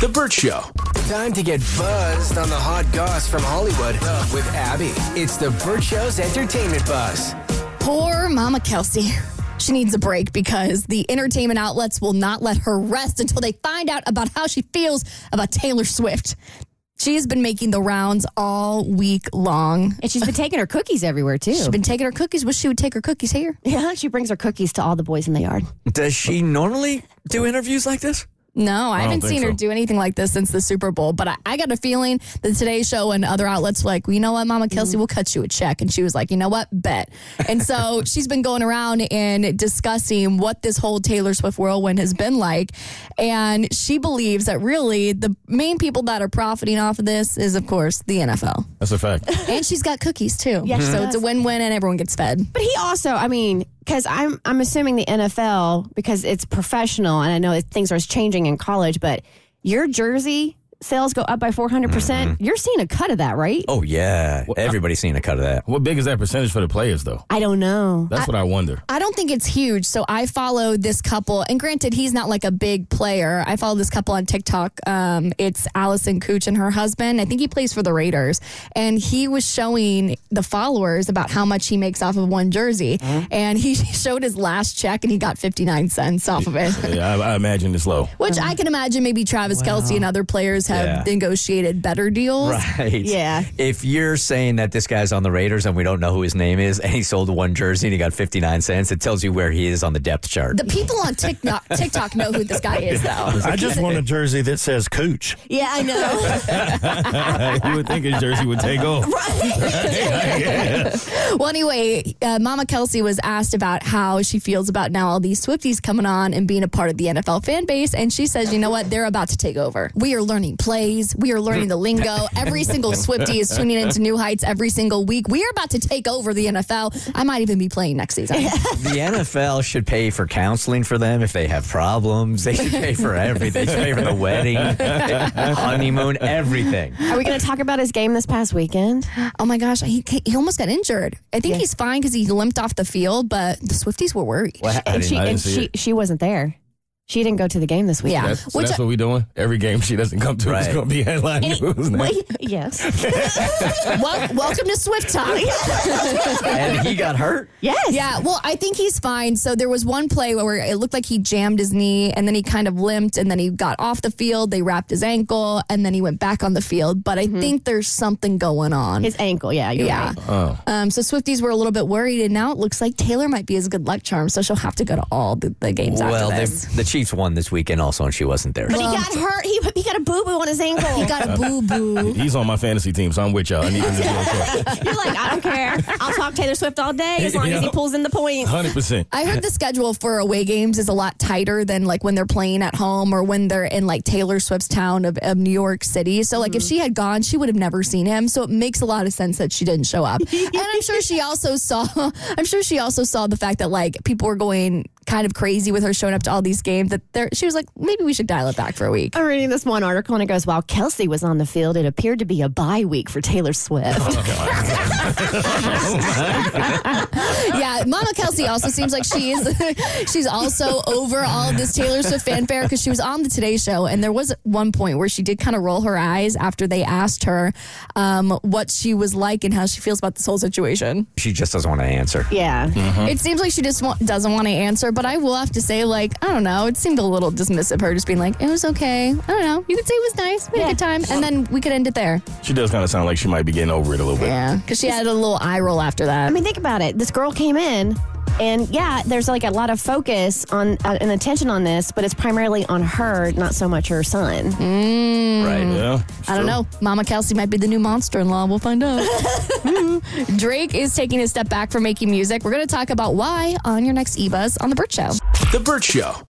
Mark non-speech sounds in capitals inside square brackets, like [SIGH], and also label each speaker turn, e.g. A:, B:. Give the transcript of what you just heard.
A: The Burt Show. Time to get buzzed on the hot goss from Hollywood with Abby. It's The Burt Show's entertainment buzz.
B: Poor Mama Kelsey. She needs a break because the entertainment outlets will not let her rest until they find out about how she feels about Taylor Swift. She has been making the rounds all week long.
C: And she's been taking her cookies everywhere
B: [LAUGHS]
C: too.
B: She's been taking her cookies. Wish she would take her cookies here.
C: [LAUGHS] yeah, she brings her cookies to all the boys in the yard.
D: Does she normally do interviews like this?
B: No, I, haven't
D: think
B: seen her
D: so.
B: do anything like this since the Super Bowl, but I, I got a feeling that Today Show and other outlets were like, well, you know what, Mama
C: Mm-hmm.
B: Kelsey, we'll cut you a check. And she was like, you know what, bet. And
D: [LAUGHS]
B: so she's been going around and discussing what this whole Taylor Swift whirlwind has been like. And she believes that really the main people that are profiting off of this is, of course, the
D: [LAUGHS]
B: NFL.
E: That's a fact.
B: And she's got cookies too.
C: Yeah, she
B: so
C: does.
B: it's a win win and everyone gets fed.
C: But he also, I mean, because I'm I'm assuming the NFL because it's professional, and I know that things are changing in college. But your jersey sales go up by four hundred percent. You're seeing a cut of that, right?
D: Mm-hmm. Oh yeah, everybody's seen a cut of that.
E: What big is that percentage for the players, though?
C: I don't know.
E: That's what I wonder.
B: I don't think it's huge. So I follow this couple, and granted, he's not like a big player. I follow this couple on TikTok. Um, it's Allison Cooch and her husband. I think he plays for the Raiders, and he was showing the followers about how much he makes off of one jersey,
D: Mm-hmm.
B: and he [LAUGHS] showed his last check, and he got fifty nine cents off of
D: [LAUGHS]
B: it.
E: Yeah, I, I imagine it's low.
B: Which I can imagine maybe Travis Kelsey and other players have
D: Yeah.
B: negotiated better deals.
D: Right.
C: Yeah.
D: If you're saying that this guy's on the Raiders and we don't know who his name is, and he sold one jersey and he got 59 cents, it tells you where he is on the
C: [LAUGHS]
D: depth chart.
B: The people on TikTok, TikTok know who this guy is,
D: [LAUGHS]
F: [LAUGHS]
B: though.
F: I just want a jersey that says Cooch.
B: Yeah, I know.
D: [LAUGHS]
E: you would think his jersey would
B: [LAUGHS]
E: take off. [LAUGHS]
B: Well, anyway, uh, Mama Kelsey was asked about how she feels about now all these Swifties coming on and being a part of the NFL fan base. And she says, you know what? They're about to take over. We are learning plays. We are learning the lingo. Every single Swiftie is tuning into new heights every single week. We are about to take over the NFL. I might even be playing next season.
D: the NFL should pay for counseling for them if they have problems. They should pay for everything. They should pay for
C: [LAUGHS]
D: the wedding, honeymoon, everything.
C: Are we going to talk about his game this past weekend?
B: oh my gosh, he, he almost got injured. I think he's fine because he limped off the field, but the Swifties were worried.
D: Well, I
C: and
D: didn't-
C: she
E: I didn't
C: and
E: see
C: she she wasn't there. She didn't go to the game this weekend.
B: Yeah.
E: That's, so
B: Which
E: that's
B: I-
E: what we doing. Every game she doesn't come to
D: Right.
E: is going to
B: [LAUGHS]
E: be
D: [LAUGHS]
E: headline news. now.
C: Yes.
B: Wel- welcome to Swift Talk.
D: and he got hurt.
C: Yes.
B: Yeah, well, I think he's fine. So there was one play where it looked like he jammed his knee and then he kind of limped and then he got off the field. They wrapped his ankle and then he went back on the field. But I think there's something going on.
C: His ankle. Yeah. You're
B: yeah.
C: Right.
B: Um, so Swifties were a little bit worried, and now it looks like Taylor might be his good luck charm. So she'll have to go to all the, the games
D: Well,
B: after
D: the,
B: this.
D: the Chiefs won this weekend also, and she wasn't there.
C: But he got hurt. He, he got a boo boo on his ankle. [LAUGHS]
B: He got a boo boo.
E: He's on my fantasy team, so I'm with y'all. I need him to do okay.
C: You're like, I don't care. I'll talk Taylor Swift all day as long as he
E: Yeah.
C: pulls in
B: [LAUGHS]
C: the points.
E: 100%.
B: I heard the schedule for away games is a lot tighter than like when they're playing at home or when they're in like Taylor Swift's town of, of New York City. So like if she had gone, she would have never seen him. So it makes a lot of sense that she didn't show up. and I'm sure she also [LAUGHS] saw I'm sure she also saw the fact that like people were going kind of crazy with her showing up to all these games that there she was like, maybe we should dial it back for a week.
C: I'm reading this one article and it goes, while Kelsey was on the field, it appeared to be a bye week for Taylor Swift.
B: yeah, Mama Kelsey also seems like she is. [LAUGHS] she's also over all this Taylor Swift fanfare because she was on the Today Show, and there was one point where she did kind of roll her eyes after they asked her um, what she was like and how she feels about this whole situation.
D: She just doesn't want to answer.
C: [LAUGHS] yeah.
B: It seems like she just wa- doesn't want to answer, but I will have to say, like, I don't know, it seemed a little dismissive her just being like, "It was okay. I don't know. You could say it was nice. We had a good time, and then we could end it there."
E: She does kind of sound like she might be getting over it a little bit.
B: Yeah, because she had a little eye roll after that.
C: I mean, think about it. This girl came in. And yeah, there's like a lot of focus on uh, and attention on this, but it's primarily on her, not so much her son.
D: Right.
E: Yeah.
B: I don't know. Mama Kelsey might be the new monster in law. We'll find out. Mm-hmm. Drake is taking a step back from making music. We're going to talk about why on your next E Buzz on The Burt Show.
A: The Burt Show.